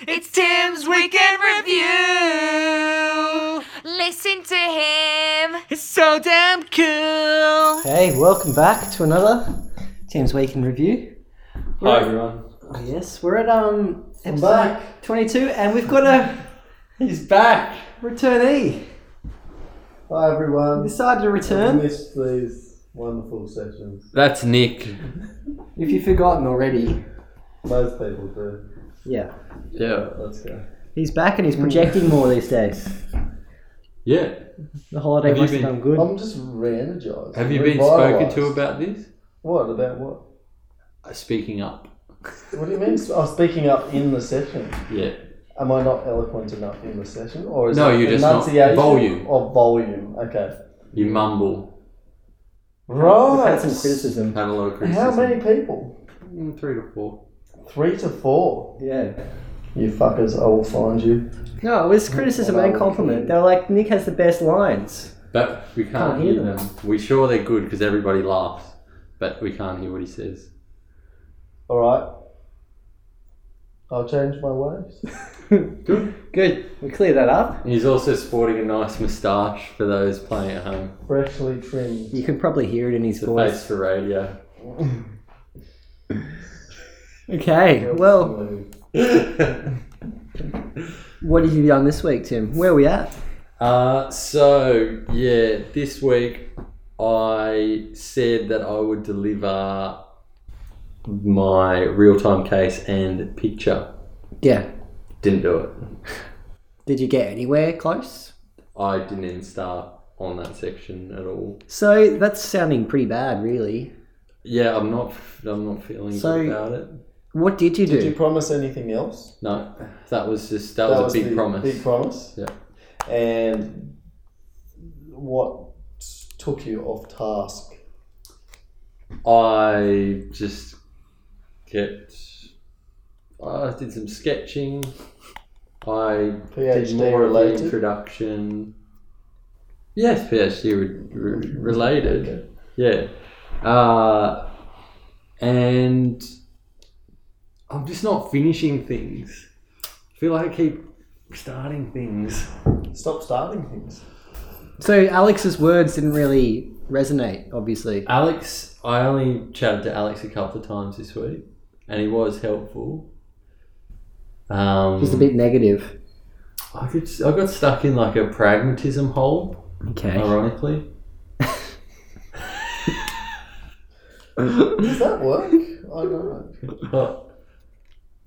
It's Tim's Weekend Review. Listen to him. It's so damn cool. Hey, welcome back to another Tim's Week in Review. Oh, Hi everyone. Yes, we're at um episode back. 22 and we've got a He's back. returnee. Hi everyone. Decided to I return. missed these wonderful sessions. That's Nick. If you've forgotten already, Most people do. yeah. Yeah. Hmm. Let's go. He's back and he's projecting more these days. Yeah. The holiday Have you must have been- done good. I'm just re-energized. Have you been spoken to about this? What about what? Uh, Speaking up. What do you mean? I'm speaking up in the session. Yeah. Am I not eloquent enough in the session, or is No, it you're just not- enunciation volume. or volume? Okay. You mumble. We've Right. had some criticism. Had a lot of criticism. How many people? Mm, Three to four. Three to four. Yeah. You fuckers! I will find you. No, it was criticism and compliment. They were like, Nick has the best lines. But we can't, Can't hear hear, them. them. We're sure they're good because everybody laughs. But we can't hear what he says. All right. I'll change my ways. Good. Good. We cleared that up. And he's also sporting a nice moustache for those playing at home. Freshly trimmed. You can probably hear it in his The voice. face for radio. Okay, well, what have you done this week, Tim? Where are we at? Uh, so yeah, this week I said that I would deliver my real-time case and picture. Yeah. Didn't do it. Did you get anywhere close? I didn't even start on that section at all. So that's sounding pretty bad, really. Yeah, I'm not. I'm not feeling So- good about it. What did you do? Did you promise anything else? No, that was just that, was, a big the promise. Big promise. Yeah. And what took you off task? I just kept. I did some sketching. I did PhD more of related? the introduction. Yes, PhD re- re- related. Yeah, uh, and I'm just not finishing things. I feel like I keep starting things. Stop starting things. so Alex's words didn't really resonate, obviously. Alex, I only chatted to Alex a couple of times this week, and he was helpful. Um, Just a bit negative. I, could, I got stuck in like a pragmatism hole, Okay. ironically. Does that work? I don't know. But,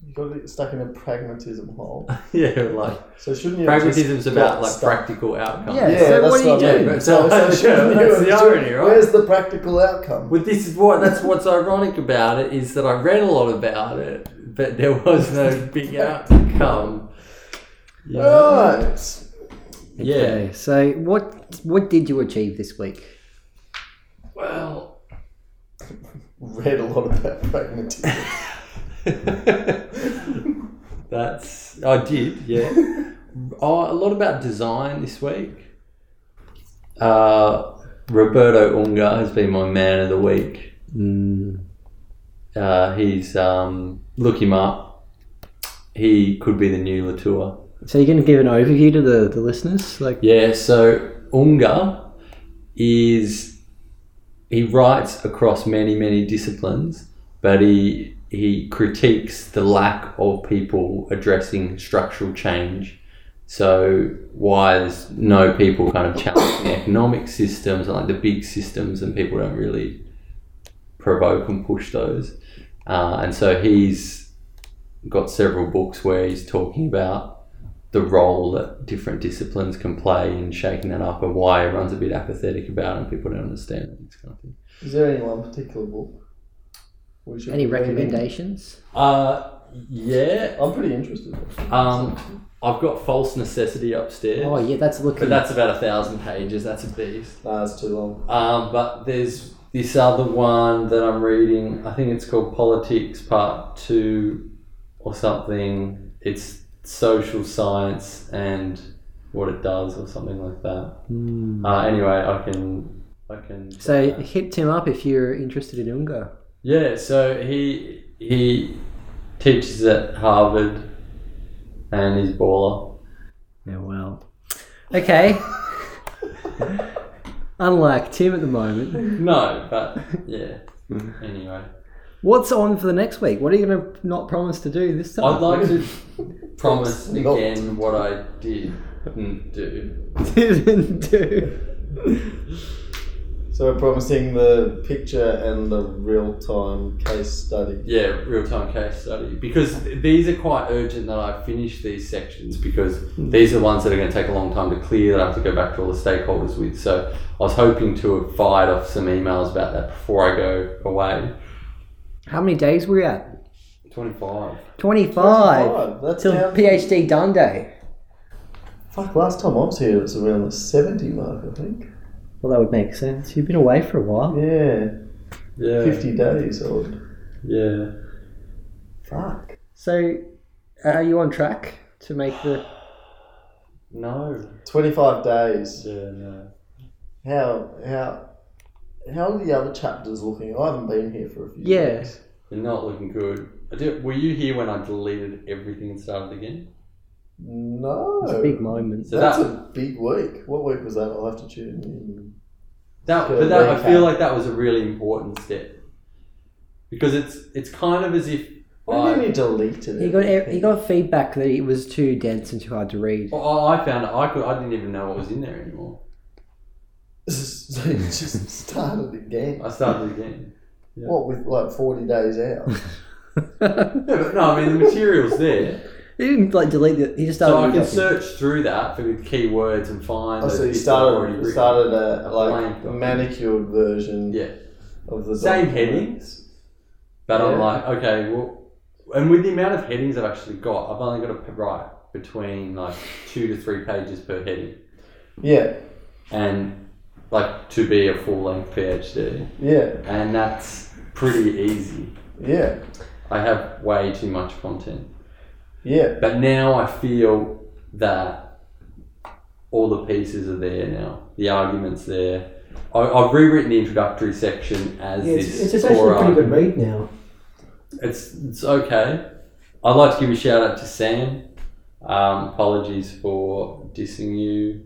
You got to get stuck in a pragmatism hole. yeah, like So shouldn't you? have pragmatism's just about got like stuck? practical outcomes. Yeah. Yeah, So that's what do you what I do? mean. But so- So, so- shouldn't you that's have the just- irony, right? Where's the practical outcome? Well, this is what that's what's ironic about it is that I read a lot about it, but there was no big outcome. You Ah. know? Right. Yeah. Okay, so what what did you achieve this week? Well, Read a lot about pragmatism. That's I did, yeah. oh, a lot about design this week. Uh, Roberto Unga has been my man of the week. Hmm. Uh, he's um, look him up. He could be the new Latour. So you're going to give an overview to the, the listeners, like Yeah, so Unga is he writes across many many disciplines, but he he critiques the lack of people addressing structural change. So why there's no people kind of challenging economic systems, like the big systems, and people don't really provoke and push those. Uh, and so he's got several books where he's talking about the role that different disciplines can play in shaking that up and why everyone's a bit apathetic about it and people don't understand it, this kind of thing. Is there any one particular book? We should any be reading? recommendations? Uh, yeah. I'm pretty interested. Um, I've got False Necessity upstairs. Oh yeah, that's looking. But that's about a thousand pages. That's a beast. Nah, it's too long. Um, but there's this other one that I'm reading. I think it's called Politics Part Two or something. It's social science and what it does or something like that. Uh, anyway, I can. I can. Hmm. so hit Tim up if you're interested in Unga. Yeah, so he he teaches at Harvard. and he's baller. Yeah, well. Okay. Unlike Tim at the moment. No, but yeah. Anyway, What's on for the next week? What are you going to not promise to do this time? I'd like to promise Not. again what I did and do. Didn't do. So we're promising the picture and the real time case study. Yeah, real time case study because these are quite urgent that I finish these sections because these are ones that are going to take a long time to clear that I have to go back to all the stakeholders with. So I was hoping to have fired off some emails about that before I go away. How many days were we at? 25. 25. Five, That's Till how PhD done day. Fuck, last time I was here, it was around the 70 mark, I think. Well, that would make sense. You've been away for a while. Yeah, Yeah. 50 days old. Yeah. Fuck. So, uh, are you on track to make the. No. 25 days. Yeah, no. How, how, how are the other chapters looking? I haven't been here for a few Yeah. weeks. They're not looking good. I did, were you here when I deleted everything and started again? No. It's a big moment. So That's that, a big week. What week was that? I'll have to tune in. that, Good but that, I recap. feel like that was a really important step because it's it's kind of as if What do I- you mean deleted it? He got, e, he got feedback that it was too dense and too hard to read. Oh, I found it. I could. I didn't even know what was in there anymore. so you just started again. I started again. Yeah. What, with like 40 days out? he Yeah, but no, I mean the material's there, didn't like delete it. He just started. so I reading can it. search through that for the keywords and find. Oh, those so you bits I've already started you written. started a A blank like document. manicured version Yeah, of the same document. headings, but I'm Yeah. like, okay, well, and with the amount of headings I've actually got, I've only got to write between like two to three pages per heading, Yeah, and like to be a full length PhD, yeah, and that's pretty easy. yeah, I have way too much content. yeah. But now I feel that all the pieces are there now. The arguments there. I, I've rewritten the introductory section as Yeah, it's, this. um, it's actually core a pretty good argument. read now. It's it's okay. I'd like to give a shout out to Sam. Um, apologies for dissing you.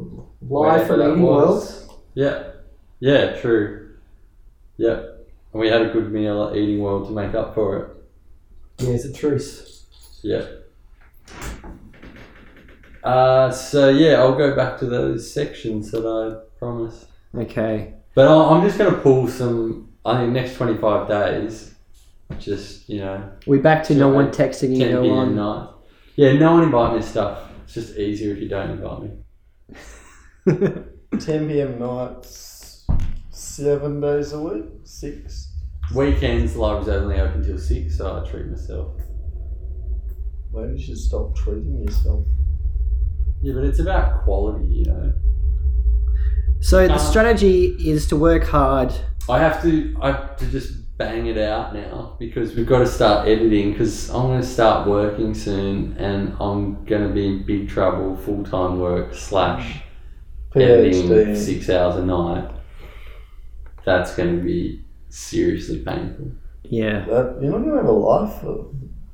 Live wherever from that Eating World. was. Yeah, yeah, true. Yep. And we had a good meal at Eating World to make up for it. Yeah, it's a truce. Yeah. Uh, so yeah, I'll go back to those sections that I promised. Okay. But I- I'm just going to pull some. I think next 25 days, just you know, We back to no Yeah. one texting you, 10 no p.m. one. night. Yeah, no one invite me to stuff. It's just easier if you don't invite me. 10 p.m. nights, seven days a week, six. Weekends, the library's only open till six, so I treat myself. Maybe you should stop treating yourself. Yeah, but it's about quality, you know. So the Uh, strategy is to work hard. I have to I have to just bang it out now because we've got to start editing because I'm going to start working soon and I'm going to be in big trouble full time work slash editing PhD. six hours a night. That's going to be seriously painful. Yeah. That, you're not going to have a life for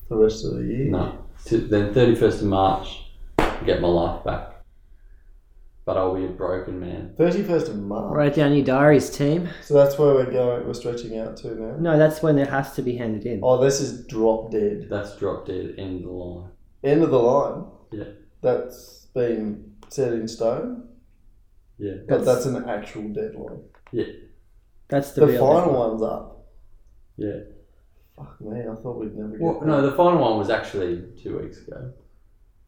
the rest of the year. No, To- then 31st of March, I get my life back, but I'll be a broken man. 31st of March. Write down your diaries, team. So that's where we're going. We're stretching out to now. No, that's when it has to be handed in. Oh, this is drop dead. That's drop dead end of the line. End of the line. Yeah. That's been set in stone, Yeah, but that's an actual deadline. That's the, The, real final one's up. yeah. Fuck me, I thought we'd never get. Well, that. no, the final one was actually two weeks ago.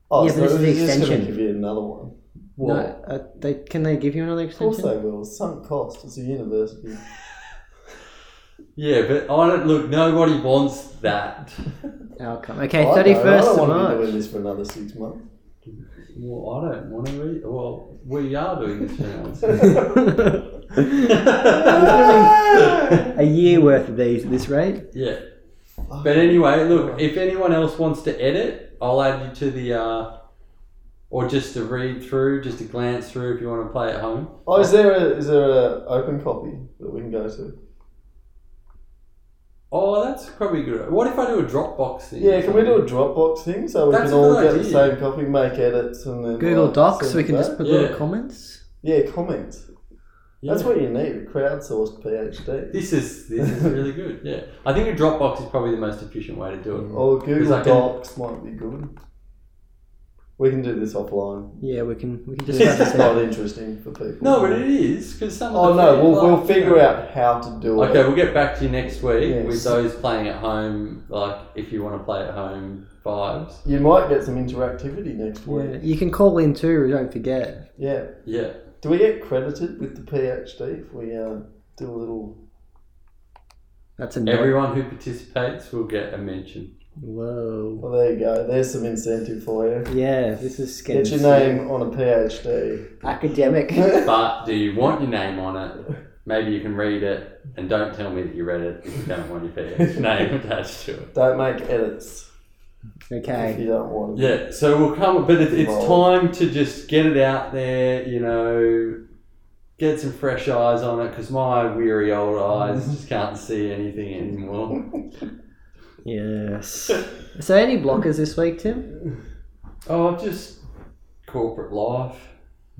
Oh, Yeah, so but this this is is the just going to extension. give you another one. No, uh, they, can they give you another Of course extension? they will. Sunk cost. It's a university. Yeah, but I don't look. Nobody wants that. Outcome. Oh, Okay, I thirty don't know, I first don't of want to be doing March. this for another six months. Well, I don't want to read. Well, we are doing this now. A year worth of these at this rate. yeah, but anyway, look. If anyone else wants to edit, I'll add you to the, uh, or just to read through, just to glance through. If you want to play at home, Oh, is there a is there a open copy that we can go to? Oh, that's probably good. What if I do a Dropbox thing? Yeah, can we do a Dropbox thing so we That's a can all good get the idea. same copy, make edits, and then Google like, Docs, send we it can just back? put Yeah. little comments. yeah comments. Yeah. That's what you need. Crowdsourced PhD This is this is really good. Yeah, I think a Dropbox is probably the most efficient way to do it. or Oh, Google I can- Docs might be good. We can do this offline. Yeah, we can we can just It's have just this not out. interesting for people. No, but it is because some. Oh of the no, we'll, people we'll like- figure out how to do it. Okay, we'll get back to you next week Yes. with those playing at home. Like, if you want to play at home vibes, You might get some interactivity next Yeah, week. you can call in too. Don't forget. Yeah. yeah. Do we get credited with the PhD if we uh, do a little? That's a no. Everyone who participates will get a mention. Whoa. Well, oh, there you go. There's some incentive for you. Yeah, this is sketchy. Get your name on a PhD. Academic. But do you want your name on it? Maybe you can read it, and don't tell me that you read it if you don't want your parents' name attached to it. Don't make edits if okay. you don't want. to. Yeah, so we'll come, but it, it's Roll. time to just get it out there, you know, get some fresh eyes on it because my weary old eyes just can't see anything anymore. Yes. So any blockers this week, Tim? Oh, just corporate life,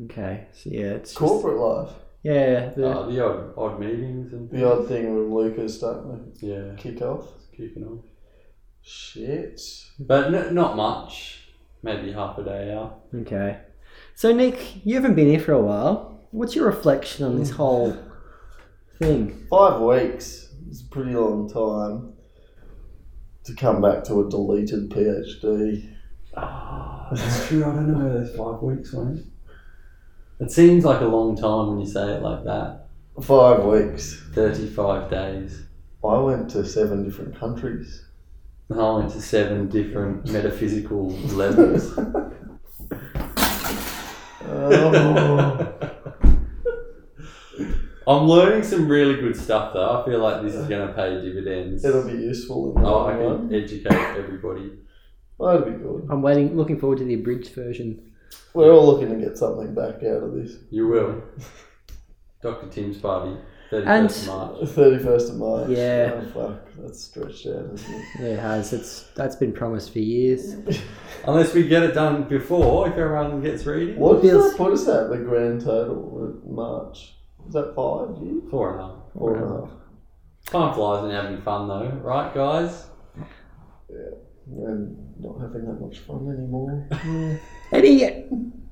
Okay. So yeah, it's just- Corporate life. yeah. The, uh, the odd, odd meetings and The odd thing when Luca's starting yeah, to kick off. kicking off, Shit. but n- not much. Maybe half a day out. Okay. So, Nick, you haven't been here for a while. What's your reflection on this whole thing? Five weeks is a pretty long time to come back to a deleted PhD. Ah, that's true. I don't know how those five weeks went. It seems like a long time when you say it like that. Five weeks. Thirty-five days. I went to seven different countries. I went to seven different metaphysical levels. Oh. I'm learning some really good stuff though. I feel like this is going to pay dividends. It'll be useful in the Oh, I long run. can educate everybody. That'd be good. I'm waiting, looking forward to the abridged version. We're all looking to get something back out of this. You will. Dr. Tim's party, 31st And- March. 31st of March. Yeah. Oh, fuck. That's stretched out, isn't it? Yeah, it has. It's that's been promised for years. Unless we get it done before, if everyone gets reading. What does Feels- that put us at, the grand total in March? Is that five years? Four and a half. Or Wow. Time flies and having fun though, right, guys? And not having that much fun anymore. Eddie,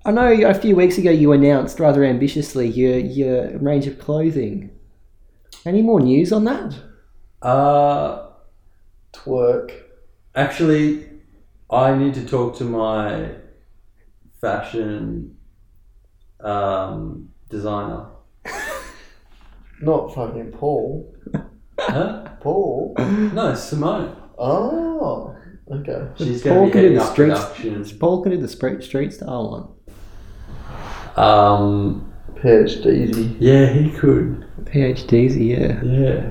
I know a few weeks ago you announced rather ambitiously your your range of clothing. Any more news on that? Uh, Twerk. Actually, I need to talk to my fashion um, designer. Not fucking Paul. Huh? Paul? No, Simone. Oh. Okay. She's Paul going could do to be heading the up streets- productions. Paul can do the street street style one. Um, PhD. yeah, he could. PhDs, yeah. Yeah.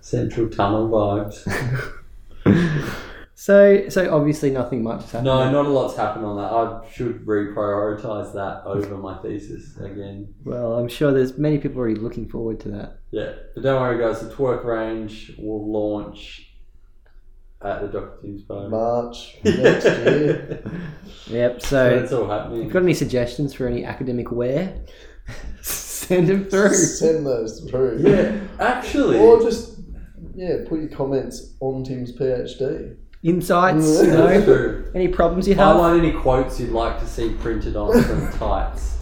Central Tunnel vibes. So so obviously nothing much has happened. No, not a lot's happened on that. I should reprioritize that over my thesis again. Well, I'm sure there's many people already looking forward to that. Yeah, but don't worry, guys. The twerk range will launch at the Dr. Tim's party. March next year. Yep. So So it's all happening. If you've got any suggestions for any academic wear, send them through. Send those through. Yeah, actually. Or just, yeah, put your comments on Tim's PhD. Insights, you That's know, true. any problems you I have. want any quotes you'd like to see printed on from tights.